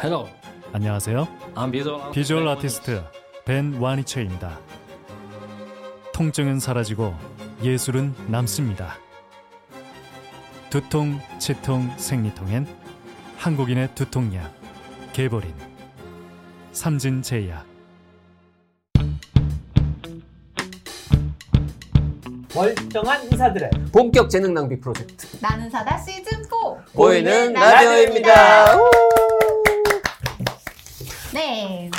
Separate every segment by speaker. Speaker 1: Hello,
Speaker 2: 안녕하세요.
Speaker 1: I'm visual.
Speaker 2: 비주얼 아티스트 벤 와니체입니다. 통증은 사라지고 예술은 남습니다. 두통, 치통, 생리통엔 한국인의 두통약 개보린 삼진제약
Speaker 3: 멀쩡한 의사들의
Speaker 4: 본격 재능 낭비 프로젝트
Speaker 5: 나는 사다 시즌 4.
Speaker 4: 보이는
Speaker 3: 라디오입니다.
Speaker 4: 라디오입니다. 우!
Speaker 5: 네.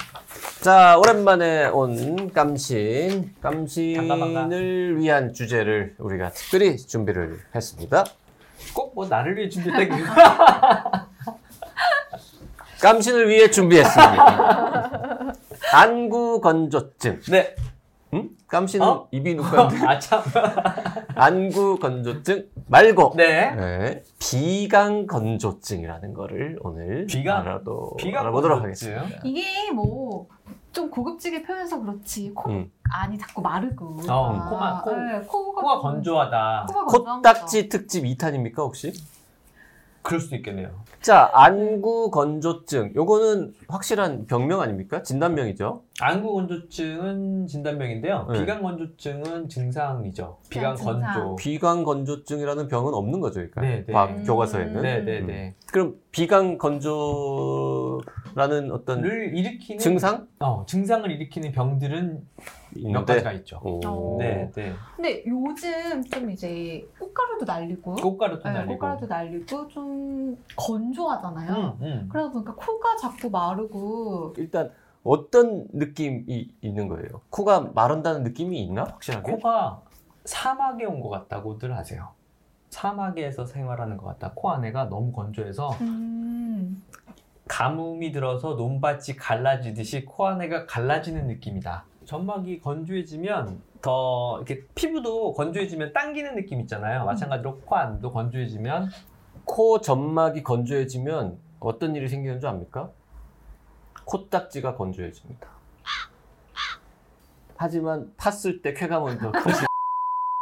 Speaker 4: 자 오랜만에 온 깜신
Speaker 3: 반가, 반가.
Speaker 4: 깜신을 위한 주제를 우리가 특별히 준비를 했습니다.
Speaker 3: 꼭 뭐 나를 위해 준비했다기 위해
Speaker 4: 깜신을 위해 준비했습니다. 안구 건조증.
Speaker 3: 네.
Speaker 4: 음? 깜신은
Speaker 3: 어?
Speaker 4: 이비인후과인데
Speaker 3: 아참
Speaker 4: 안구 건조증 말고
Speaker 3: 네
Speaker 4: 네, 비강 건조증이라는 거를 오늘
Speaker 3: 비강?
Speaker 4: 알아도,
Speaker 3: 비강
Speaker 4: 알아보도록
Speaker 3: 건조증?
Speaker 4: 하겠습니다.
Speaker 5: 이게 뭐 좀 고급지게 표현해서 그렇지 코
Speaker 4: 음.
Speaker 5: 안이 자꾸 마르고 아, 네,
Speaker 3: 어, 코가- 코-
Speaker 5: 코가,
Speaker 3: 코가 건조하다
Speaker 5: 코가 건조한
Speaker 4: 코딱지 특집 2탄입니까 혹시?
Speaker 3: 그럴 수도 있겠네요
Speaker 4: 자, 안구 건조증. 요거는 확실한 병명 아닙니까? 진단명이죠.
Speaker 3: 안구 건조증은 진단명인데요
Speaker 4: 네.
Speaker 3: 비강 건조증은 증상이죠 비강
Speaker 5: 그냥 증상.
Speaker 3: 건조
Speaker 4: 비강 건조증이라는 병은 없는 거죠, 그러니까.
Speaker 3: 네, 네.
Speaker 4: 과학
Speaker 5: 음.
Speaker 4: 교과서에는.
Speaker 5: 네.
Speaker 3: 네네네
Speaker 4: 그럼 비강 건조라는 어떤
Speaker 3: 를 일으키는
Speaker 4: 음. 증상?
Speaker 3: 어, 증상을 일으키는 병들은 몇 가지가 있죠
Speaker 4: 네. 오.
Speaker 3: 네네
Speaker 5: 거죠. 근데 요즘 좀 이제 꽃가루도 날리고
Speaker 3: 꽃가루도
Speaker 5: 네,
Speaker 3: 날리고
Speaker 5: 꽃가루도 날리고 좀
Speaker 3: 음,
Speaker 5: 건조하잖아요.
Speaker 3: 음.
Speaker 5: 그러다 보니까 코가 자꾸 마르고
Speaker 4: 일단 어떤 느낌이 있는 거예요? 코가 마른다는 느낌이 있나? 확실하게?
Speaker 3: 코가 사막에 온 것 같다고들 하세요 사막에서 생활하는 것 같다 코 안에가 너무 건조해서
Speaker 5: 음,
Speaker 3: 가뭄이 들어서 논밭이 갈라지듯이 코 안에가 갈라지는 느낌이다. 점막이 건조해지면 더 이렇게 피부도 건조해지면 당기는 느낌 있잖아요. 마찬가지로 코 안도 건조해지면
Speaker 4: 코 점막이 건조해지면 어떤 일이 생기는 줄 압니까? 코딱지가 건조해집니다. 하지만 팠을 때 쾌감은 더 커지.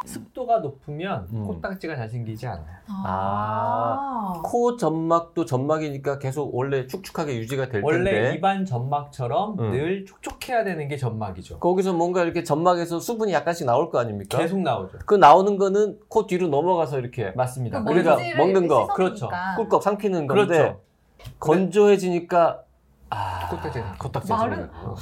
Speaker 3: 습도가 높으면
Speaker 4: 음.
Speaker 3: 코딱지가 잘 생기지 않아요.
Speaker 4: 아. 코 점막도 점막이니까 계속 원래 축축하게 유지가 될
Speaker 3: 원래
Speaker 4: 텐데
Speaker 3: 입안 점막처럼
Speaker 4: 음.
Speaker 3: 늘 촉촉해야 되는 게 점막이죠.
Speaker 4: 거기서 뭔가 이렇게 점막에서 수분이 약간씩 나올 거 아닙니까?
Speaker 3: 계속 나오죠.
Speaker 4: 그 나오는 거는 코 뒤로 넘어가서 이렇게
Speaker 3: 맞습니다.
Speaker 5: 그
Speaker 4: 우리가
Speaker 5: 먼지를
Speaker 4: 먹는 거,
Speaker 5: 씻어내니까.
Speaker 3: 그렇죠.
Speaker 4: 꿀꺽 삼키는 건데
Speaker 3: 그렇죠.
Speaker 4: 건조해지니까 아
Speaker 3: 코딱지가
Speaker 4: 코딱지가
Speaker 5: 마른-
Speaker 4: 생기고.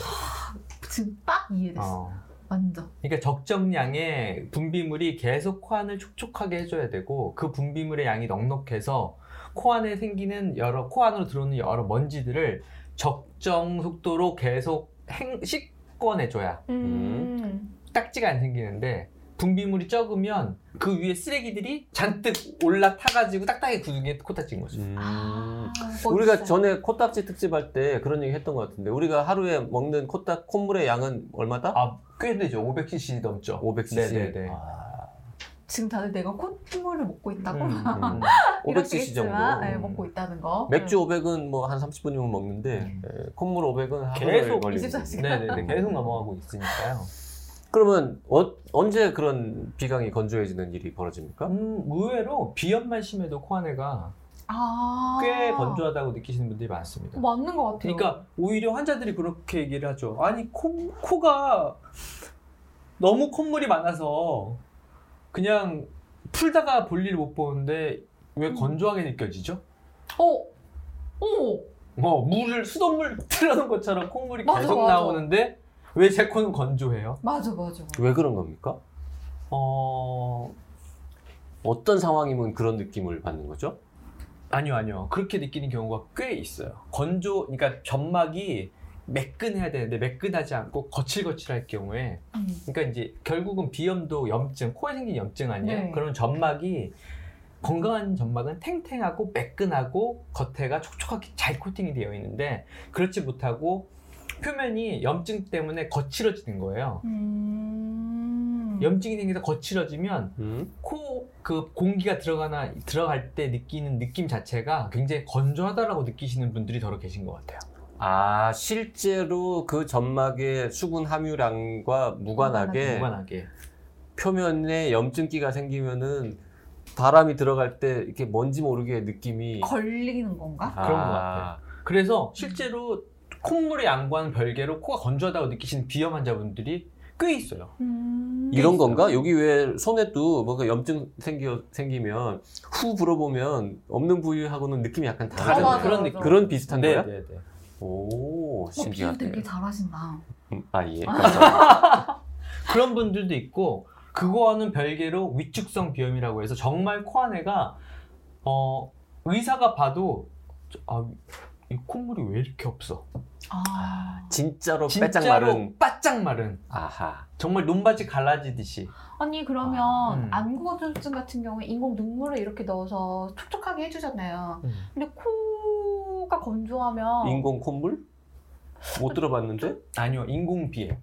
Speaker 5: 지금 빡 이해됐어.
Speaker 3: 어.
Speaker 5: 완전.
Speaker 3: 그러니까 적정량의 분비물이 계속 코안을 촉촉하게 해줘야 되고 그 분비물의 양이 넉넉해서 코안에 생기는 여러 코안으로 들어오는 여러 먼지들을 적정 속도로 계속 행, 씻어내줘야
Speaker 4: 음.
Speaker 3: 딱지가 안 생기는데 분비물이 적으면 그 위에 쓰레기들이 잔뜩 올라타가지고 딱딱하게 굳은 게 코딱지인 거죠.
Speaker 4: 음.
Speaker 5: 아,
Speaker 4: 우리가
Speaker 5: 멋있어요.
Speaker 4: 전에 코딱지 특집 할 때 그런 얘기 했던 것 같은데 우리가 하루에 먹는 코딱 콧물의 양은 얼마다?
Speaker 3: 아, 꽤 되죠. 500cc 넘죠.
Speaker 4: 500cc.
Speaker 3: 네네네.
Speaker 5: 지금 다들 내가 콧물을 먹고 있다고
Speaker 3: 음,
Speaker 4: 음,
Speaker 5: 이렇게
Speaker 4: 500cc 정도.
Speaker 5: 했지만, 네,
Speaker 4: 음.
Speaker 5: 먹고 있다는 거.
Speaker 4: 맥주 500은 뭐 한 30분이면 먹는데 에, 콧물 500은 하루
Speaker 3: 계속
Speaker 4: 걸리고.
Speaker 5: 24시간.
Speaker 3: 네네네. 계속 넘어가고 있으니까요.
Speaker 4: 그러면 어- 언제 그런 비강이 건조해지는 일이 벌어집니까?
Speaker 3: 음, 의외로 비염만 심해도 코안에가
Speaker 5: 아. 뭐
Speaker 3: 꽤 건조하다고 느끼시는 분들이 많습니다.
Speaker 5: 맞는 것 같아요.
Speaker 3: 그러니까 오히려 환자들이 그렇게 얘기를 하죠. 아니 코, 코가 너무 콧물이 많아서 그냥 풀다가 볼일 못 보는데 왜
Speaker 5: 음.
Speaker 3: 건조하게 느껴지죠?
Speaker 5: 어, 오,
Speaker 3: 어, 물을 수돗물 틀어놓은 것처럼 콧물이
Speaker 5: 맞아,
Speaker 3: 계속
Speaker 5: 맞아.
Speaker 3: 나오는데 왜 제 코는 건조해요?
Speaker 5: 맞아, 맞아.
Speaker 4: 왜 그런 겁니까?
Speaker 3: 어,
Speaker 4: 어떤 상황이면 그런 느낌을 받는 거죠?
Speaker 3: 아니요, 아니요. 그렇게 느끼는 경우가 꽤 있어요. 건조, 그러니까 점막이 매끈해야 되는데 매끈하지 않고 거칠거칠할 경우에,
Speaker 5: 음.
Speaker 3: 그러니까 이제 결국은 비염도 염증, 코에 생긴 염증 아니에요?
Speaker 5: 네.
Speaker 3: 그런 점막이 건강한 점막은 탱탱하고 매끈하고 겉에가 촉촉하게 잘 코팅이 되어 있는데 그렇지 못하고 표면이 염증 때문에 거칠어지는 거예요.
Speaker 5: 음.
Speaker 3: 염증이 생겨서 거칠어지면
Speaker 4: 음?
Speaker 3: 코 그 공기가 들어가나 들어갈 때 느끼는 느낌 자체가 굉장히 건조하다라고 느끼시는 분들이 더러 계신 것 같아요.
Speaker 4: 아 실제로 그 점막의 수분 함유량과 무관하게
Speaker 3: 무관하게.
Speaker 4: 표면에 염증기가 생기면은 바람이 들어갈 때 이렇게 뭔지 모르게 느낌이
Speaker 5: 걸리는 건가?
Speaker 4: 아.
Speaker 3: 그런 것 같아요. 그래서 실제로 콧물의 양과는 별개로 코가 건조하다고 느끼시는 비염 환자분들이 꽤 있어요.
Speaker 5: 음.
Speaker 4: 이런
Speaker 3: 있어요.
Speaker 4: 건가? 여기 왜 손에도 뭔가 염증 생기, 생기면 후 불어보면 없는 부위하고는 느낌이 약간
Speaker 3: 다른
Speaker 4: 다르잖아요.
Speaker 5: 맞아,
Speaker 3: 그런
Speaker 5: 맞아.
Speaker 3: 느낌.
Speaker 4: 그런 비슷한
Speaker 3: 네,
Speaker 4: 거야?
Speaker 3: 네, 네.
Speaker 4: 오,
Speaker 5: 어, 비유
Speaker 4: 신기하네.
Speaker 5: 되게 잘하신다.
Speaker 4: 음, 아, 예. 감사합니다.
Speaker 3: 그런 분들도 있고 그거와는 별개로 위축성 비염이라고 해서 정말 코 안에가 어, 의사가 봐도 저- 아, 이 콧물이 왜 이렇게 없어?
Speaker 5: 아.
Speaker 4: 진짜로 빼짝
Speaker 3: 진짜로
Speaker 4: 마른.
Speaker 3: 바짝 마른
Speaker 4: 아하.
Speaker 3: 정말 논밭이 갈라지듯이
Speaker 5: 아니 그러면
Speaker 3: 아, 음.
Speaker 5: 안구건조증 같은 경우에 인공 눈물을 이렇게 넣어서 촉촉하게 해주잖아요.
Speaker 3: 음.
Speaker 5: 근데 코가
Speaker 3: 어.
Speaker 5: 건조하면
Speaker 4: 인공 콧물?
Speaker 3: 아.
Speaker 4: 못 들어봤는데?
Speaker 3: 아니요 인공 비에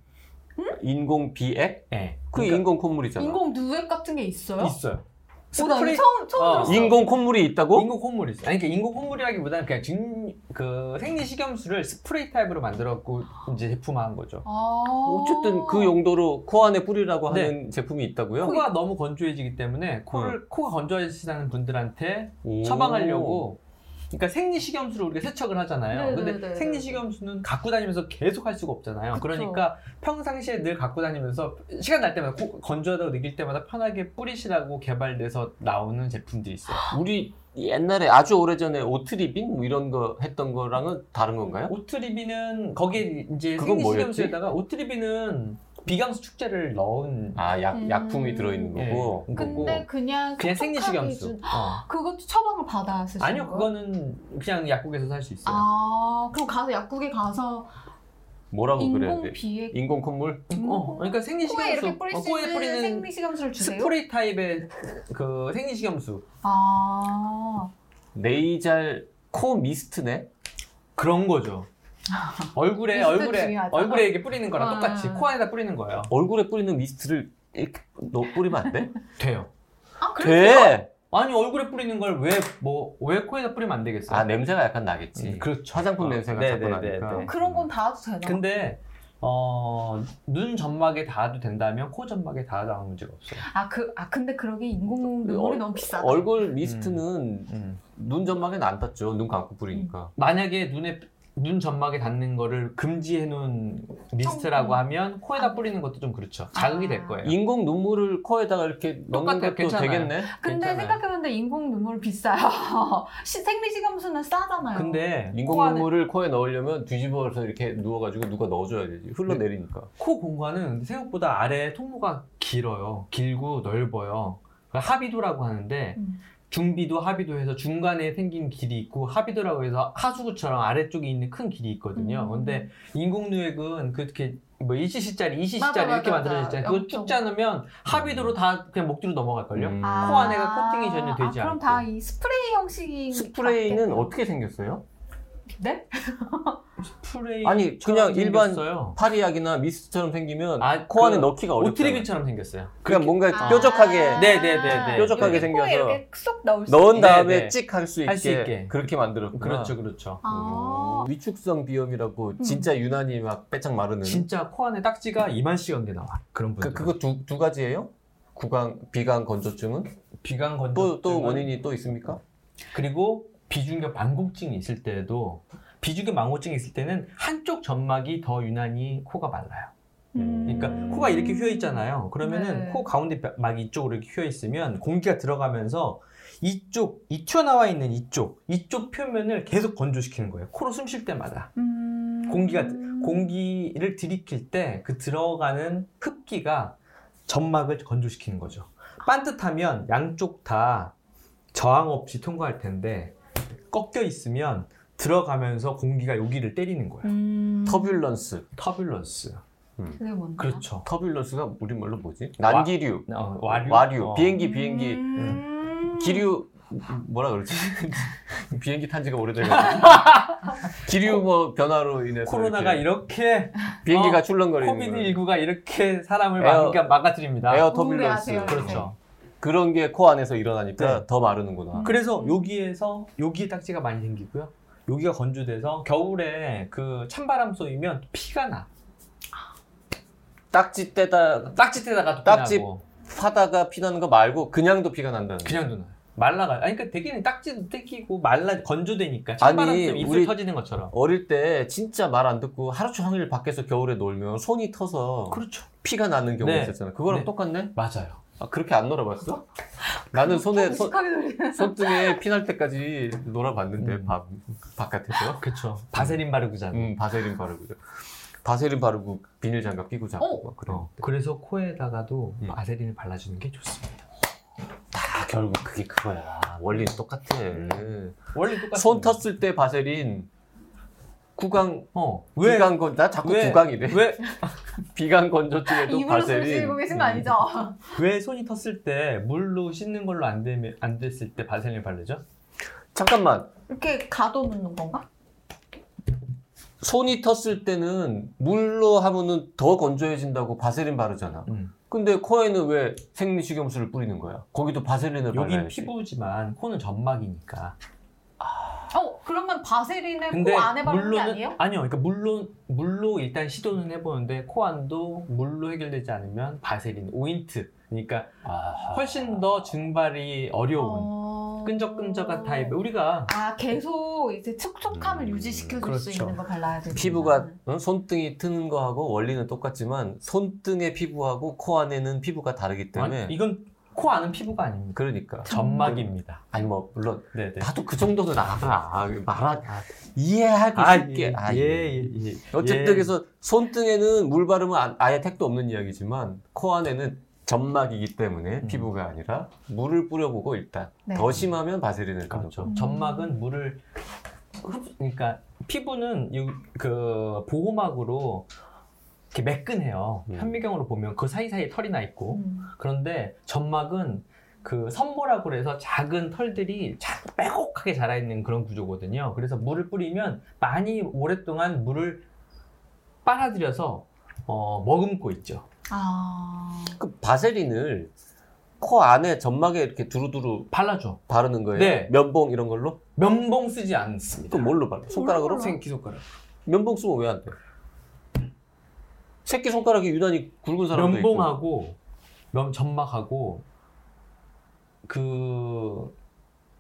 Speaker 4: 인공 비액?
Speaker 3: 예.
Speaker 4: 그
Speaker 3: 그러니까
Speaker 4: 인공 콧물이잖아. 인공,
Speaker 5: 인공 누액 같은 게 있어요?
Speaker 3: 있어요.
Speaker 5: 어, 나
Speaker 3: 스프레이-
Speaker 5: 처음 처음
Speaker 3: 어.
Speaker 5: 들었어.
Speaker 4: 콧물이 있다고?
Speaker 3: 인공 콧물이죠. 뭐? 아니 그러니까 인공 콧물이라기보다는 그냥 증, 그 생리 식염수를 스프레이 타입으로 만들었고 이제 제품화한 거죠.
Speaker 5: 아.
Speaker 4: 어쨌든 그 용도로 코 안에 뿌리라고 하는 제품이 있다고요?
Speaker 5: 음.
Speaker 3: 코가 너무 건조해지기 때문에
Speaker 5: 어.
Speaker 3: 코를 코가 건조해지시는 분들한테
Speaker 4: 오.
Speaker 3: 처방하려고 그러니까 생리식염수를 우리가 세척을 하잖아요.
Speaker 5: 네, 네, 네,
Speaker 3: 근데
Speaker 5: 네.
Speaker 3: 생리식염수는 갖고 다니면서 계속 할 수가 없잖아요.
Speaker 5: 그쵸.
Speaker 3: 그러니까 평상시에 늘 갖고 다니면서 시간 날 때마다 코 건조하다고 느낄 때마다 편하게 뿌리시라고 개발돼서 나오는 제품들이 있어요.
Speaker 4: 우리 옛날에 아주 오래전에 오트리빈 뭐 이런 거 했던 거랑은 다른 건가요?
Speaker 3: 오트리비는 거기에 이제
Speaker 4: 그건
Speaker 3: 생리식염수에다가 오트리비는 비강수 축제를 넣은
Speaker 4: 아, 약,
Speaker 5: 음.
Speaker 4: 약품이 들어있는 거고. 뭐
Speaker 3: 예, 거고
Speaker 5: 근데 그냥
Speaker 3: 그냥
Speaker 5: 촉촉하게
Speaker 3: 생리식염수.
Speaker 5: 해준-
Speaker 3: 어.
Speaker 5: 그것도 처방을 받아 쓰시는
Speaker 3: 아니요,
Speaker 5: 거예요?
Speaker 3: 그거는 그냥 약국에서 살 수 있어요.
Speaker 5: 아 그럼 가서 약국에 가서
Speaker 4: 뭐라고 그래야
Speaker 5: 인공
Speaker 4: 돼?
Speaker 5: 비액
Speaker 4: 인공 콧물?
Speaker 3: 어, 그러니까
Speaker 5: 코에
Speaker 3: 어, 생리식염수
Speaker 5: 이렇게 뿌릴
Speaker 3: 어,
Speaker 5: 수
Speaker 3: 코에
Speaker 5: 있는
Speaker 3: 뿌리는
Speaker 5: 생리식염수를 주세요?
Speaker 3: 스프레이 타입의 그 생리식염수
Speaker 5: 아
Speaker 4: 네이잘 코 미스트네?
Speaker 3: 그런 거죠. 얼굴에
Speaker 5: 미스트
Speaker 3: 얼굴에
Speaker 5: 중요하죠.
Speaker 3: 얼굴에 이게 뿌리는 거랑
Speaker 5: 아.
Speaker 3: 똑같이 코 안에다 뿌리는 거예요.
Speaker 4: 얼굴에 뿌리는 미스트를 이렇게 넣 뿌리면 안 돼?
Speaker 3: 돼요.
Speaker 5: 아, 그래요?
Speaker 4: 돼!
Speaker 3: 아니 얼굴에 뿌리는 걸 왜 뭐 왜 코에다 뿌리면 안 되겠어요?
Speaker 4: 아, 냄새가 약간 나겠지.
Speaker 3: 음, 그렇죠.
Speaker 4: 화장품
Speaker 3: 아,
Speaker 4: 냄새가
Speaker 3: 네,
Speaker 4: 자꾸
Speaker 3: 네,
Speaker 4: 나니까.
Speaker 3: 네, 네.
Speaker 5: 그런 건 다 해도 되나?
Speaker 3: 근데 어, 눈 전막에 닿아도 된다면 코 전막에 닿아도 아무 문제가 없어요.
Speaker 5: 아, 그, 아 근데 그러게 인공 눈물이
Speaker 4: 어,
Speaker 5: 너무 비싸다
Speaker 4: 얼굴 미스트는
Speaker 3: 음.
Speaker 4: 눈 점막에는 안 닿죠. 눈 감고 뿌리니까.
Speaker 3: 만약에 눈에 눈 전막에 닿는 거를 금지해 놓은 미스트라고
Speaker 5: 음.
Speaker 3: 하면 코에다 뿌리는 것도 좀 그렇죠. 자극이 될 거예요.
Speaker 4: 인공 눈물을 코에다가 이렇게 넣는
Speaker 3: 똑같아요.
Speaker 4: 것도
Speaker 3: 괜찮아요.
Speaker 4: 되겠네.
Speaker 5: 근데
Speaker 3: 괜찮아요.
Speaker 5: 생각해보는데 인공 눈물 비싸요 시- 생리식염수는 싸잖아요
Speaker 3: 근데
Speaker 4: 인공
Speaker 3: 코 안에-
Speaker 4: 눈물을 코에 넣으려면 뒤집어서 이렇게 누워가지고 누가 넣어줘야 되지. 흘러내리니까.
Speaker 3: 코 공간은 생각보다 아래 통로가 길어요. 길고 넓어요. 그 하비도라고 하는데
Speaker 5: 음.
Speaker 3: 중비도 하비도 해서 중간에 생긴 길이 있고 하비도라고 해서 하수구처럼 아래쪽에 있는 큰 길이 있거든요.
Speaker 5: 음.
Speaker 3: 근데 인공누액은 그렇게 뭐 1cc짜리, 2cc짜리
Speaker 5: 맞아, 맞아,
Speaker 3: 이렇게
Speaker 5: 맞아.
Speaker 3: 만들어졌잖아요. 그거 쭉
Speaker 5: 옆쪽으로.
Speaker 3: 짜놓으면 하비도로 다 그냥 목뒤로 넘어갈걸요?
Speaker 4: 음.
Speaker 5: 아.
Speaker 3: 코 안에가 코팅이 전혀 되지
Speaker 5: 아, 그럼
Speaker 3: 않고.
Speaker 5: 다 이 스프레이 형식이
Speaker 4: 스프레이는
Speaker 5: 맞겠다.
Speaker 4: 어떻게 생겼어요?
Speaker 5: 네?
Speaker 3: 음, 스프레이
Speaker 4: 아니, 그냥 일반
Speaker 3: 생겼어요.
Speaker 4: 파리약이나 미스트처럼 생기면
Speaker 3: 아,
Speaker 4: 코 안에
Speaker 3: 그
Speaker 4: 넣기가 어렵잖아.
Speaker 3: 오트리비처럼 생겼어요.
Speaker 4: 그냥 뭔가
Speaker 5: 아.
Speaker 4: 뾰족하게
Speaker 3: 네, 네, 네, 네.
Speaker 4: 뾰족하게
Speaker 5: 이렇게 코에
Speaker 4: 생겨서
Speaker 5: 이렇게 쏙 넣을 수
Speaker 4: 넣은
Speaker 5: 있게.
Speaker 4: 다음에
Speaker 3: 네, 네.
Speaker 4: 찍 할 수 있게,
Speaker 3: 할수 있게.
Speaker 4: 그렇게 만들었구나.
Speaker 3: 그렇죠, 그렇죠.
Speaker 5: 아. 음.
Speaker 4: 오, 위축성 비염이라고 진짜 유난히 막 빼짝 마르는
Speaker 3: 진짜 코 안에 딱지가 이만씩 연게 나와. 그런 분들.
Speaker 4: 그, 그거 두, 두 가지예요? 구강, 비강 건조증은?
Speaker 3: 비강 건조.
Speaker 4: 또, 또 원인이 또 있습니까?
Speaker 3: 그리고 비중격 만곡증이 있을 때도 비중격 만곡증이 있을 때는 한쪽 점막이 더 유난히 코가 말라요. 그러니까
Speaker 5: 음.
Speaker 3: 코가 이렇게 휘어 있잖아요. 그러면은
Speaker 5: 네.
Speaker 3: 코 가운데 막 이쪽으로 이렇게 휘어 있으면 공기가 들어가면서 이쪽 이 튀어나와 있는 이쪽 이쪽 표면을 계속 건조시키는 거예요. 코로 숨 쉴 때마다
Speaker 5: 음.
Speaker 3: 공기가 공기를 들이킬 때 그 들어가는 흡기가 점막을 건조시키는 거죠. 반듯하면 양쪽 다 저항 없이 통과할 텐데 꺾여 있으면 들어가면서 공기가 여기를 때리는 거예요.
Speaker 5: 음.
Speaker 4: 터뷸런스.
Speaker 3: 터뷸런스.
Speaker 5: 그게 뭔데?
Speaker 3: 그렇죠.
Speaker 4: 터뷸런스가 우리말로 뭐지? 난기류.
Speaker 3: 어, 와류. 어.
Speaker 4: 비행기, 비행기.
Speaker 5: 음.
Speaker 4: 기류, 뭐라 그러지? 비행기 탄 지가 오래돼가지고. 기류 뭐 변화로 인해서.
Speaker 3: 어. 코로나가
Speaker 4: 이렇게
Speaker 3: 이렇게
Speaker 4: 비행기가
Speaker 3: 어,
Speaker 4: 출렁거리는. 거예요.
Speaker 3: 코비드19가 이렇게 사람을
Speaker 4: 에어-
Speaker 3: 막으니까 막아뜨립니다.
Speaker 4: 에어 터뷸런스.
Speaker 5: 우울해하세요.
Speaker 3: 그렇죠.
Speaker 4: 그런 게 코 안에서 일어나니까
Speaker 3: 네.
Speaker 4: 더 마르는구나.
Speaker 5: 음.
Speaker 3: 그래서 여기에서 여기에 딱지가 많이 생기고요. 여기가 건조돼서 겨울에 그 찬바람 쏘이면 피가 나.
Speaker 4: 딱지 떼다,
Speaker 3: 딱지 때다가 또
Speaker 4: 딱지
Speaker 3: 피나고.
Speaker 4: 파다가 피나는 거 말고 그냥도 피가 난다는 거.
Speaker 3: 그냥 누나. 말라가. 아니, 그러니까 대기는 딱지도 뜯기고 말라 건조되니까 찬바람
Speaker 4: 아니,
Speaker 3: 때문에 입술
Speaker 4: 우리-
Speaker 3: 터지는 것처럼.
Speaker 4: 어릴 때 진짜 말 안 듣고 하루 종일 밖에서 겨울에 놀면 손이 터서
Speaker 3: 그렇죠.
Speaker 4: 피가 나는 경우가
Speaker 3: 네.
Speaker 4: 있었잖아. 그거랑
Speaker 3: 네.
Speaker 4: 똑같네?
Speaker 3: 맞아요.
Speaker 4: 아, 그렇게 안 놀아봤어? 나는 손에, 손,
Speaker 5: 무식하게 놀리는.
Speaker 4: 손등에 피 날 때까지 놀아봤는데,
Speaker 3: 음.
Speaker 4: 밥, 바깥에서.
Speaker 3: 그렇죠. 바세린 바르고 자고.
Speaker 4: 음, 바세린 바르고. 바세린 바르고 비닐 장갑 끼고 자고. 막 그래.
Speaker 3: 어, 그래서 코에다가도
Speaker 4: 음.
Speaker 3: 바세린을 발라주는 게 좋습니다.
Speaker 4: 아, 결국 그게 그거야. 원리는 똑같아.
Speaker 3: 원래 똑같아.
Speaker 4: 손 텄을 때 바세린, 구강,
Speaker 3: 어.
Speaker 4: 왜?
Speaker 3: 왜?
Speaker 4: 비강 건, 나 자꾸
Speaker 3: 왜?
Speaker 4: 구강이래.
Speaker 3: 왜?
Speaker 4: 비강 건조증에도
Speaker 5: 입으로
Speaker 4: 바세린.
Speaker 5: 숨 쉬고 계신
Speaker 3: 음.
Speaker 5: 거 아니죠?
Speaker 3: 왜 손이 텄을 때 물로 씻는 걸로 안, 되면, 안 됐을 때 바세린을 바르죠?
Speaker 4: 잠깐만.
Speaker 5: 이렇게 가둬놓는 건가?
Speaker 4: 손이 텄을 때는 물로 하면은 더 건조해진다고 바세린 바르잖아.
Speaker 3: 음.
Speaker 4: 근데 코에는 왜 생리식염수를 뿌리는 거야? 거기도 바세린을
Speaker 3: 여긴
Speaker 4: 발라야지.
Speaker 3: 피부지만 코는 점막이니까.
Speaker 5: 어 그러면 바세린을 아, 코 안에 바르는 게 아니에요?
Speaker 3: 아니요. 그러니까 물론 물로 일단 시도는 해보는데 코 안도 물로 해결되지 않으면 바세린 오인트. 그러니까
Speaker 4: 아하.
Speaker 3: 훨씬 더 증발이 어려운
Speaker 5: 어...
Speaker 3: 끈적끈적한 타입. 우리가
Speaker 5: 아 계속 이제 촉촉함을
Speaker 4: 음,
Speaker 5: 유지시켜줄
Speaker 3: 그렇죠.
Speaker 5: 수 있는 걸 발라야 되는
Speaker 4: 피부가
Speaker 3: 음.
Speaker 4: 어? 손등이 트는 거하고 원리는 똑같지만 손등의 피부하고 코 안에는 피부가 다르기 때문에
Speaker 3: 아니, 이건 코 안은 피부가 아닙니다.
Speaker 4: 그러니까
Speaker 3: 점막입니다.
Speaker 4: 아니 뭐 물론
Speaker 3: 네네.
Speaker 4: 나도 그 정도는 알아 말아 이해하고 싶게 아,
Speaker 3: 예,
Speaker 4: 예.
Speaker 3: 예, 예.
Speaker 4: 어쨌든 그래서 손등에는 물 바르면 안- 아예 택도 없는 이야기지만 코 안에는 점막이기 때문에
Speaker 3: 음.
Speaker 4: 피부가 아니라 물을 뿌려보고 일단
Speaker 5: 네.
Speaker 4: 더 심하면 바세린을 바르고
Speaker 3: 그렇죠.
Speaker 5: 음.
Speaker 3: 점막은 물을 흡- 그러니까 피부는 이- 그 보호막으로 이렇게 매끈해요.
Speaker 4: 음.
Speaker 3: 현미경으로 보면 그 사이사이에 털이 나 있고
Speaker 5: 음.
Speaker 3: 그런데 점막은 그 선보라고 그래서 작은 털들이 자- 빼곡하게 자라 있는 그런 구조거든요. 그래서 물을 뿌리면 많이 오랫동안 물을 빨아들여서 어, 머금고 있죠.
Speaker 5: 아
Speaker 4: 그 바세린을 코 안에 점막에 이렇게 두루두루
Speaker 3: 발라줘.
Speaker 4: 바르는 거예요.
Speaker 3: 네.
Speaker 4: 면봉 이런 걸로?
Speaker 3: 면봉 쓰지 않습니다.
Speaker 4: 또 뭘로 발라? 손가락으로?
Speaker 5: 몰라.
Speaker 3: 생기 손가락.
Speaker 4: 면봉 쓰면 왜 안 돼? 새끼 손가락이 유난히 굵은 사람도 있고.
Speaker 3: 면봉하고 면 점막하고 그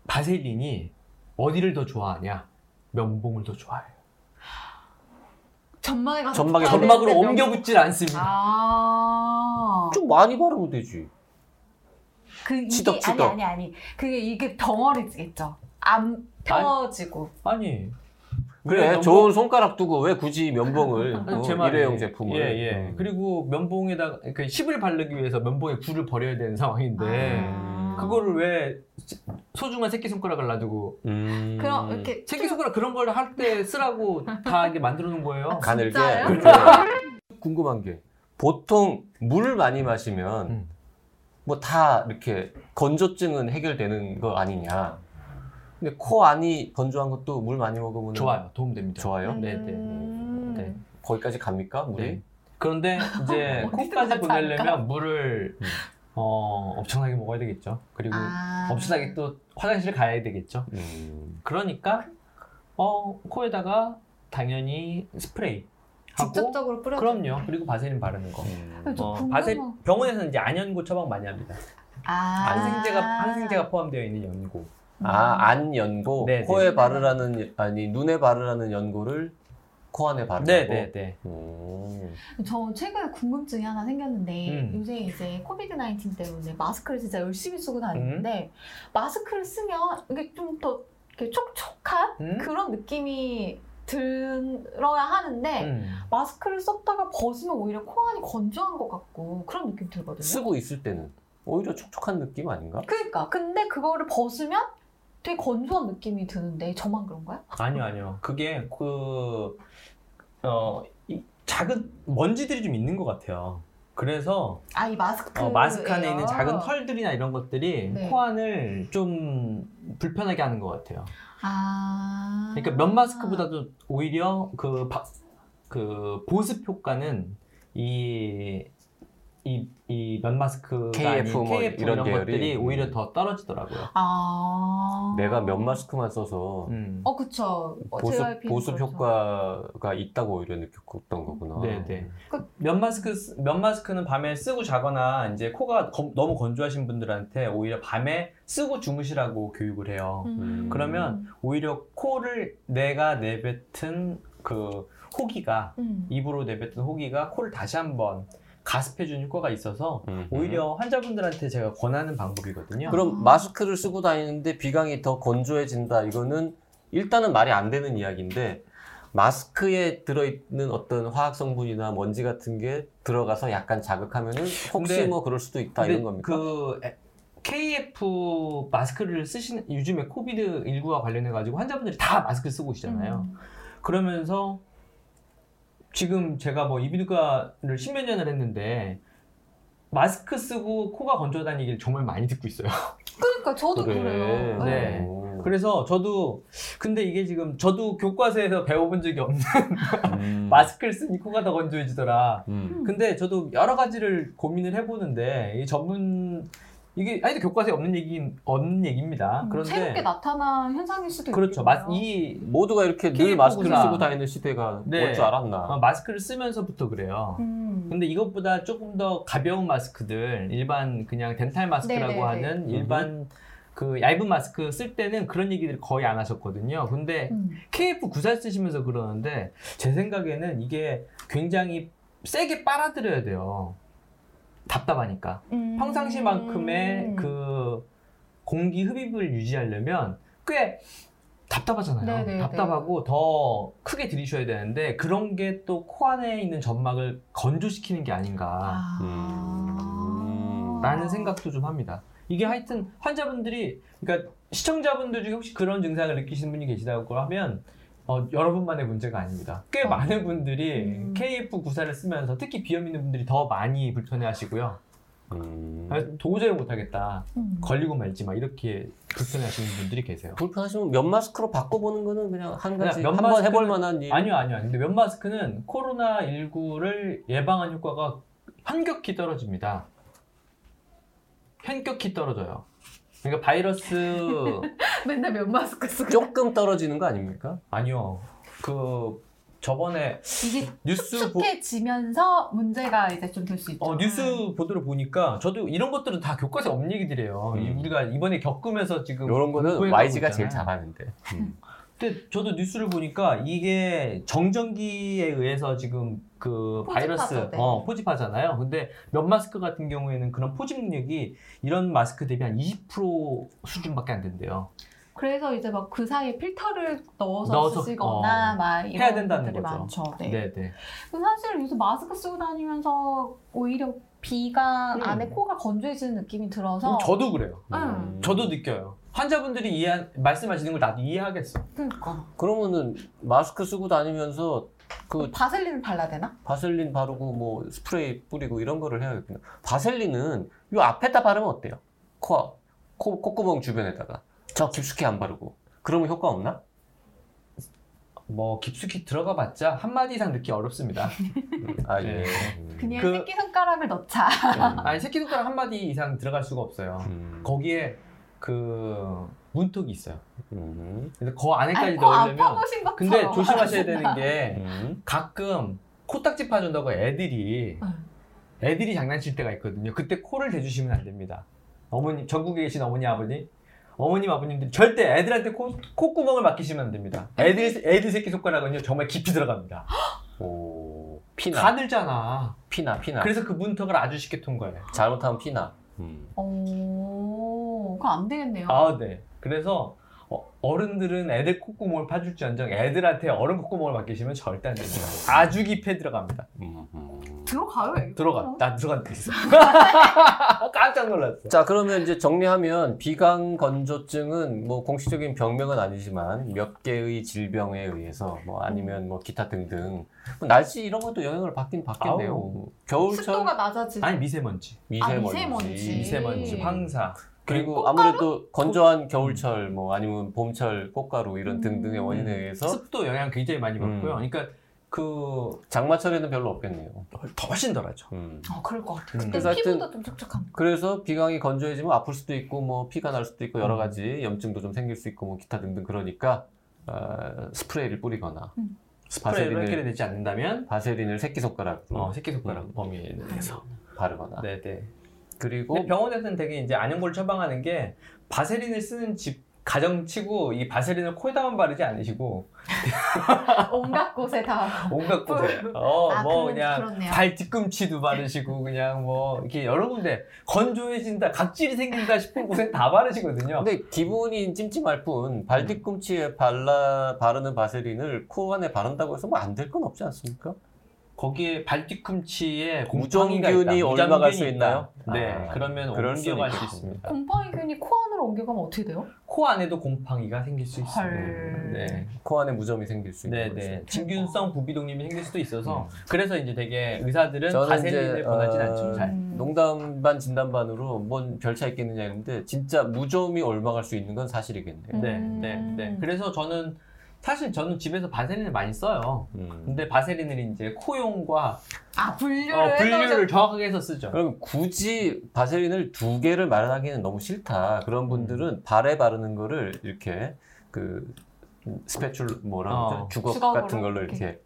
Speaker 3: 바세린이 어디를 더 좋아하냐? 면봉을 더 좋아해요.
Speaker 5: 점막에 가서
Speaker 4: 점막에-
Speaker 5: 촉촉하게
Speaker 3: 점막으로
Speaker 5: 해주는
Speaker 3: 옮겨
Speaker 5: 면-
Speaker 3: 붙질 않습니다.
Speaker 5: 아.
Speaker 4: 좀 많이 바르면 되지.
Speaker 5: 그 이게
Speaker 4: 치덕치덕.
Speaker 5: 아니 아니 아니 그게 이게 덩어리지겠죠. 안 펴지고
Speaker 3: 아니.
Speaker 4: 그래
Speaker 3: 왜 면봉-
Speaker 4: 좋은 손가락 두고 왜 굳이 면봉을
Speaker 3: 아니,
Speaker 4: 어,
Speaker 3: 제 말이-
Speaker 4: 일회용 제품을?
Speaker 3: 예, 예.
Speaker 4: 음.
Speaker 3: 그리고 면봉에다가 그 십을 바르기 위해서 면봉에 굴을 버려야 되는 상황인데
Speaker 5: 아.
Speaker 3: 그거를 왜 소중한 새끼 손가락을 놔두고
Speaker 4: 음.
Speaker 5: 그럼 이렇게
Speaker 3: 새끼 손가락 그런 걸 할 때 쓰라고 다 이게 만들어 놓은 거예요.
Speaker 4: 가늘게
Speaker 5: 진짜요?
Speaker 4: 그렇게. 궁금한 게 보통 물 많이 마시면
Speaker 3: 음.
Speaker 4: 뭐 다 이렇게 건조증은 해결되는 거 아니냐 근데 코 안이 건조한 것도 물 많이 먹으면
Speaker 3: 좋아요. 도움됩니다.
Speaker 4: 좋아요
Speaker 3: 네, 네.
Speaker 5: 음.
Speaker 3: 네.
Speaker 4: 거기까지 갑니까 물이
Speaker 3: 네. 그런데 이제
Speaker 5: 어디서
Speaker 3: 코까지
Speaker 5: 나지 않을까?
Speaker 3: 보내려면 물을
Speaker 4: 음.
Speaker 3: 어, 엄청나게 먹어야 되겠죠. 그리고
Speaker 5: 아.
Speaker 3: 엄청나게 또 화장실을 가야 되겠죠.
Speaker 4: 음.
Speaker 3: 그러니까 어, 코에다가 당연히 스프레이 하고
Speaker 5: 직접적으로 네. 뿌려.
Speaker 3: 그럼요. 그리고 바세린 바르는 거.
Speaker 4: 음.
Speaker 5: 저
Speaker 3: 어,
Speaker 5: 궁금한-
Speaker 3: 바세 병원에서는 이제 안연고 처방 많이 합니다.
Speaker 5: 아.
Speaker 3: 항생제가 항생제가 포함되어 있는 연고.
Speaker 4: 아, 안 연고
Speaker 3: 네, 네.
Speaker 4: 코에 바르라는 아니 눈에 바르라는 연고를 코 안에 바르고
Speaker 3: 네, 네, 네.
Speaker 4: 음.
Speaker 5: 저 최근에 궁금증이 하나 생겼는데
Speaker 3: 음.
Speaker 5: 요새 이제 코비드 19 때문에 마스크를 진짜 열심히 쓰고
Speaker 3: 음.
Speaker 5: 다니는데 마스크를 쓰면 이게 좀 더 촉촉한
Speaker 3: 음?
Speaker 5: 그런 느낌이 들어야 하는데
Speaker 3: 음.
Speaker 5: 마스크를 썼다가 벗으면 오히려 코 안이 건조한 것 같고 그런 느낌 들거든요.
Speaker 4: 쓰고 있을 때는 오히려 촉촉한 느낌 아닌가?
Speaker 5: 그러니까 근데 그거를 벗으면 되게 건조한 느낌이 드는데 저만 그런가요?
Speaker 3: 아니요, 아니요. 그게 그 어, 이 작은 먼지들이 좀 있는 것 같아요. 그래서
Speaker 5: 아 이 마스크
Speaker 3: 어, 마스크 안에 있는 작은 털들이나 이런 것들이
Speaker 5: 네.
Speaker 3: 코 안을 좀 불편하게 하는 것 같아요.
Speaker 5: 아
Speaker 3: 그러니까 면 마스크보다도 오히려 그, 바- 그 보습 효과는 이 이, 이 면마스크가
Speaker 4: KF 뭐
Speaker 3: KF
Speaker 4: 이런
Speaker 3: 이런,
Speaker 4: 계열이?
Speaker 3: 것들이 오히려
Speaker 4: 음.
Speaker 3: 더 떨어지더라고요.
Speaker 5: 아.
Speaker 4: 내가 면 마스크만 써서
Speaker 3: 음.
Speaker 5: 어, 그쵸. 어,
Speaker 4: 보습,
Speaker 5: JYP 는
Speaker 4: 보습
Speaker 5: 그렇죠. 음.
Speaker 4: 효과가 있다고 오히려 느꼈던 거구나.
Speaker 3: 네, 네. 면 마스크 쓰- 면 마스크는 밤에 쓰고 자거나 이제 코가 검- 너무 건조하신 분들한테 오히려 밤에 쓰고 주무시라고 교육을 해요.
Speaker 5: 음.
Speaker 3: 그러면- 오히려 코를 내가 내뱉은 그 호기가
Speaker 5: 음.
Speaker 3: 입으로 내뱉은 호기가 코를 다시 한번 가습해주는 효과가 있어서
Speaker 4: 음.
Speaker 3: 오히려 환자분들한테 제가 권하는 방법이거든요.
Speaker 4: 그럼 마스크를 쓰고 다니는데 비강이 더 건조해진다. 이거는 일단은 말이 안 되는 이야기인데 마스크에 들어있는 어떤 화학 성분이나 먼지 같은 게 들어가서 약간 자극하면은 혹시
Speaker 3: 근데-
Speaker 4: 뭐 그럴 수도 있다
Speaker 3: 근데
Speaker 4: 이런 겁니까?
Speaker 3: 그 에- KF 마스크를 쓰시는 요즘에 코비드 19와 관련해 가지고 환자분들이 다 마스크 쓰고 계시잖아요.
Speaker 5: 음.
Speaker 3: 그러면서 지금 제가 뭐 이비인후과를 십몇 년을 했는데 마스크 쓰고 코가 건조하다는 얘기를 정말 많이 듣고 있어요.
Speaker 5: 그러니까 저도 그래. 요
Speaker 3: 네.
Speaker 4: 오.
Speaker 3: 그래서 저도 근데 이게 지금 저도 교과서에서 배워본 적이 없는
Speaker 4: 음.
Speaker 3: 마스크를 쓰니 코가 더 건조해지더라.
Speaker 4: 음.
Speaker 3: 근데 저도 여러 가지를 고민을 해보는데 이 전문 이게 아니 교과서에 없는 얘기 없는 얘기입니다. 아, 그런데
Speaker 5: 음, 새롭게 나타난 현상일 수도
Speaker 3: 그렇죠. 마,
Speaker 5: 있겠네요.
Speaker 3: 이
Speaker 4: 모두가 이렇게 늘
Speaker 3: KF
Speaker 4: 마스크를
Speaker 3: 구사.
Speaker 4: 쓰고 다니는 시대가
Speaker 3: 네.
Speaker 4: 올 줄 알았나?
Speaker 3: 어, 마스크를 쓰면서부터 그래요.
Speaker 5: 음.
Speaker 3: 근데 이것보다 조금 더 가벼운 마스크들 일반 그냥 덴탈 마스크라고
Speaker 5: 네네네.
Speaker 3: 하는 일반 그 얇은 마스크 쓸 때는 그런 얘기들 거의 안 하셨거든요. 근데
Speaker 5: 음.
Speaker 3: KF94 쓰시면서 그러는데 제 생각에는 이게 굉장히 세게 빨아들여야 돼요. 답답하니까.
Speaker 5: 음.
Speaker 3: 평상시만큼의 그 공기 흡입을 유지하려면 꽤 답답하잖아요.
Speaker 5: 네네네.
Speaker 3: 답답하고 더 크게 들이셔야 되는데 그런 게 또 코 안에 있는 점막을 건조시키는 게 아닌가
Speaker 5: 아.
Speaker 4: 음.
Speaker 3: 라는 생각도 좀 합니다. 이게 하여튼 환자분들이 그러니까 시청자분들 중에 혹시 그런 증상을 느끼시는 분이 계시다고 하면 어, 여러분만의 문제가 아닙니다. 꽤
Speaker 5: 어.
Speaker 3: 많은 분들이
Speaker 5: 음.
Speaker 3: KF94를 쓰면서 특히 비염 있는 분들이 더 많이 불편해하시고요.
Speaker 4: 음.
Speaker 3: 아, 도저히 못하겠다.
Speaker 5: 음.
Speaker 3: 걸리고 말지 막 이렇게 불편해하시는 분들이 계세요.
Speaker 4: 불편하시면 면 마스크로 바꿔보는 거는 그냥 한 가지
Speaker 3: 그냥 면
Speaker 4: 한번 해볼
Speaker 3: 마스크는-
Speaker 4: 만한 일.
Speaker 3: 아니요, 아니요. 근데 면 마스크는 코로나 19를 예방한 효과가 현격히 떨어집니다. 현격히 떨어져요. 그러니까 바이러스
Speaker 5: 맨날 면 마스크 쓰고
Speaker 4: 조금 떨어지는 거 아닙니까?
Speaker 3: 아니요. 그 저번에
Speaker 5: 이게
Speaker 3: 뉴스 보
Speaker 5: 축축해지면서 문제가 이제 좀 될 수 있죠.
Speaker 3: 어, 뉴스 보도를 보니까 저도 이런 것들은 다 교과서에 없는 얘기들이에요. 이-
Speaker 4: 음.
Speaker 3: 우리가 이번에 겪으면서 지금
Speaker 4: 이런 거는
Speaker 3: 공부해가고
Speaker 4: YG가 제일
Speaker 3: 있잖아요.
Speaker 4: 잘하는데. 음.
Speaker 3: 근데 저도 뉴스를 보니까 이게 정전기에 의해서 지금 그
Speaker 5: 포집하죠,
Speaker 3: 바이러스
Speaker 5: 네.
Speaker 3: 어, 포집하잖아요. 근데 면 마스크 같은 경우에는 그런 포집력이 이런 마스크 대비 한 20% 수준밖에 안 된대요.
Speaker 5: 그래서 이제 막 그 사이에 필터를 넣어서,
Speaker 3: 넣어서,
Speaker 5: 쓰시거나
Speaker 3: 어,
Speaker 5: 막 이런
Speaker 3: 해야 된다는
Speaker 5: 것들이
Speaker 3: 거죠.
Speaker 5: 많죠. 네.
Speaker 3: 네, 네.
Speaker 5: 그럼 사실 요새 마스크 쓰고 다니면서 오히려 비가
Speaker 3: 음.
Speaker 5: 안에 코가 건조해지는 느낌이 들어서
Speaker 3: 저도 그래요.
Speaker 5: 음.
Speaker 3: 저도 느껴요. 환자분들이 이해 말씀하시는 걸 나도 이해하겠어.
Speaker 5: 그러니까
Speaker 3: 아,
Speaker 4: 그러면은 마스크 쓰고 다니면서 그
Speaker 5: 바셀린을 발라야 되나?
Speaker 4: 바셀린 바르고 뭐 스프레이 뿌리고 이런 거를 해야겠구나. 바셀린은 요 앞에다 바르면 어때요? 코, 코 콧구멍 주변에다가 저 깊숙이 안 바르고 그러면 효과 없나?
Speaker 3: 뭐 깊숙이 들어가봤자 한 마디 이상 듣기 어렵습니다.
Speaker 4: 음, 아 예.
Speaker 3: 네.
Speaker 4: 음.
Speaker 5: 그냥
Speaker 3: 그-
Speaker 5: 새끼 손가락을 넣자.
Speaker 3: 아니 새끼손가락 한 마디 이상 들어갈 수가 없어요.
Speaker 4: 음.
Speaker 3: 거기에 그 문턱이 있어요.
Speaker 4: 음.
Speaker 3: 그래서 그 안에까지
Speaker 5: 아니, 코
Speaker 3: 넣으려면
Speaker 5: 아파 보신 것처럼.
Speaker 3: 근데 조심하셔야 되는 게
Speaker 4: 음.
Speaker 3: 가끔 코딱지 파준다고 애들이
Speaker 5: 응. 네.
Speaker 3: 애들이 장난칠 때가 있거든요. 그때 코를 대주시면 안 됩니다. 어머님 전국에 계신 어머니 아버님 어머님 아버님들 절대 애들한테 코, 콧구멍을 맡기시면 안 됩니다. 애들 애들 새끼 손가락은요 정말 깊이 들어갑니다.
Speaker 4: 오. 피나.
Speaker 3: 가늘잖아.
Speaker 4: 피나 피나.
Speaker 3: 그래서 그 문턱을 아주 쉽게 통과해요.
Speaker 4: 잘못하면 피나. 음.
Speaker 5: 오, 어, 그거 안 되겠네요.
Speaker 3: 아 네. 그래서 어, 어른들은 애들 콧구멍을 파줄지언정 애들한테 어른 콧구멍을 맡기시면 절대 안 됩니다. 아주 깊이 들어갑니다.
Speaker 4: 음, 음.
Speaker 5: 들어가요. 이거?
Speaker 3: 들어가. 나 들어간 데 있어. 깜짝 놀랐어.
Speaker 4: 자, 그러면 이제 정리하면 비강 건조증은 뭐 공식적인 병명은 아니지만 몇 개의 질병에 의해서 뭐 아니면 뭐 기타 등등 뭐 날씨 이런 것도 영향을 받긴 받겠네요.
Speaker 3: 아우.
Speaker 4: 겨울철
Speaker 5: 습도가 낮아지지.
Speaker 3: 아니 미세먼지,
Speaker 4: 미세먼지,
Speaker 5: 아, 미세먼지.
Speaker 3: 미세먼지, 황사.
Speaker 4: 그리고 아무래도 건조한 겨울철 뭐 아니면 봄철 꽃가루 이런 등등의
Speaker 5: 음.
Speaker 4: 원인에
Speaker 3: 그리고
Speaker 4: 의해서
Speaker 3: 습도 영향 굉장히 많이 받고요.
Speaker 4: 음.
Speaker 3: 그러니까
Speaker 4: 그 장마철에는 별로 없겠네요.
Speaker 3: 더 훨씬 덜하죠.
Speaker 4: 음.
Speaker 5: 어, 그럴 것 같아요. 그때
Speaker 4: 그래서 하여튼-
Speaker 5: 피부도 좀 촉촉한 거.
Speaker 4: 그래서 비강이 건조해지면 아플 수도 있고 뭐 피가 날 수도 있고 여러
Speaker 3: 음.
Speaker 4: 가지 염증도 좀 생길 수 있고 뭐 기타 등등 그러니까 어, 스프레이를 뿌리거나
Speaker 3: 스프레이로
Speaker 4: 바세린을-
Speaker 3: 해결이 되지 않는다면
Speaker 4: 바세린을 새끼 손가락으로
Speaker 3: 어,
Speaker 4: 음.
Speaker 3: 새끼손가락 범위에 대해서. 아,
Speaker 4: 바르거나
Speaker 3: 네네.
Speaker 4: 그리고
Speaker 5: 어?
Speaker 3: 근데 병원에서는 되게 이제 안연골 처방하는 게 바세린을 쓰는 집 가정치고 이 바세린을 코에다만 바르지 않으시고
Speaker 5: 온갖 곳에 다.
Speaker 3: 온갖 곳에 어뭐
Speaker 5: 어, 아, 그런-
Speaker 3: 그냥
Speaker 5: 그렇네요.
Speaker 3: 발 뒤꿈치도 바르시고 그냥 뭐 이렇게 여러 군데 건조해진다 각질이 생긴다 싶은 곳에 다 바르시거든요.
Speaker 4: 근데 기분이 찜찜할 뿐 발뒤꿈치에 발라 바르는 바세린을 코 안에 바른다고 해서 뭐 안 될 건 없지 않습니까?
Speaker 3: 거기에 발 뒤꿈치에 곰팡이가 있다.
Speaker 4: 무전균이 올라갈 수
Speaker 3: 무전균이
Speaker 4: 있나요?
Speaker 3: 있다. 네,
Speaker 4: 아,
Speaker 3: 그러면
Speaker 4: 그럴 수는
Speaker 3: 옮겨갈 수
Speaker 4: 있겠군요.
Speaker 3: 있습니다.
Speaker 5: 곰팡이균이 코 안으로 옮겨가면 어떻게 돼요?
Speaker 3: 코 안에도 곰팡이가 생길 수 있어요.
Speaker 5: 헐.
Speaker 3: 네.
Speaker 4: 코 안에 무좀이 생길 수 있는
Speaker 3: 네네. 진균성 부비동염이 생길 수도 있어서
Speaker 5: 음.
Speaker 3: 그래서 이제 되게 의사들은
Speaker 4: 저는
Speaker 3: 바세린을
Speaker 4: 이제,
Speaker 3: 권하진
Speaker 4: 어,
Speaker 3: 않지만 잘.
Speaker 5: 음.
Speaker 4: 농담 반 진담 반으로 뭔 별 차이 있겠느냐 했는데 진짜 무좀이 올라갈 수 있는 건 사실이겠네요.
Speaker 5: 음.
Speaker 3: 네, 네, 네. 그래서 저는 사실 저는 집에서 바세린을 많이 써요.
Speaker 4: 음.
Speaker 3: 근데 바세린을 이제 코용과
Speaker 5: 아 분류를
Speaker 3: 어,
Speaker 5: 해놓으셨
Speaker 3: 분류를 정확하게 해서 쓰죠.
Speaker 4: 그럼 굳이 바세린을 두 개를 마련하기는 너무 싫다.
Speaker 3: 음.
Speaker 4: 그런 분들은 발에 바르는 거를 이렇게 그 스패출 뭐라고
Speaker 3: 어.
Speaker 4: 하죠? 주걱
Speaker 5: 주걱으로
Speaker 4: 같은 걸로 이렇게,
Speaker 5: 이렇게.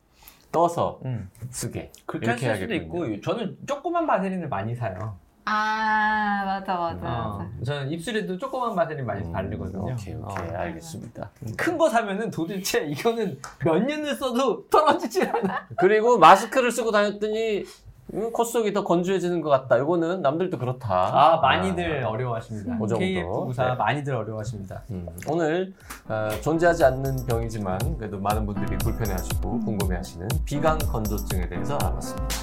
Speaker 4: 떠서
Speaker 3: 음.
Speaker 4: 쓰게.
Speaker 3: 그렇게
Speaker 4: 이렇게
Speaker 3: 쓸 수도
Speaker 4: 해야겠군요.
Speaker 3: 있고 저는 조그만 바세린을 많이 사요.
Speaker 5: 아 맞아 맞아
Speaker 3: 어,
Speaker 5: 맞아.
Speaker 3: 저는 입술에도 조그만 바세린 많이
Speaker 4: 음,
Speaker 3: 바르거든요.
Speaker 4: 오케이 오케이
Speaker 3: 어.
Speaker 4: 알겠습니다.
Speaker 3: 큰 거 사면은 도대체 이거는 몇 년을 써도 떨어지질 않아.
Speaker 4: 그리고 마스크를 쓰고 다녔더니 음, 코 속이 더 건조해지는 것 같다. 이거는 남들도 그렇다.
Speaker 3: 아, 많이들 어려워하십니다.
Speaker 4: 그 정도.
Speaker 3: KF94
Speaker 4: 네.
Speaker 3: 많이들 어려워하십니다.
Speaker 4: 음, 오늘 어, 존재하지 않는 병이지만 그래도 많은 분들이 불편해하시고 궁금해하시는 비강 건조증에 대해서 알아봤습니다.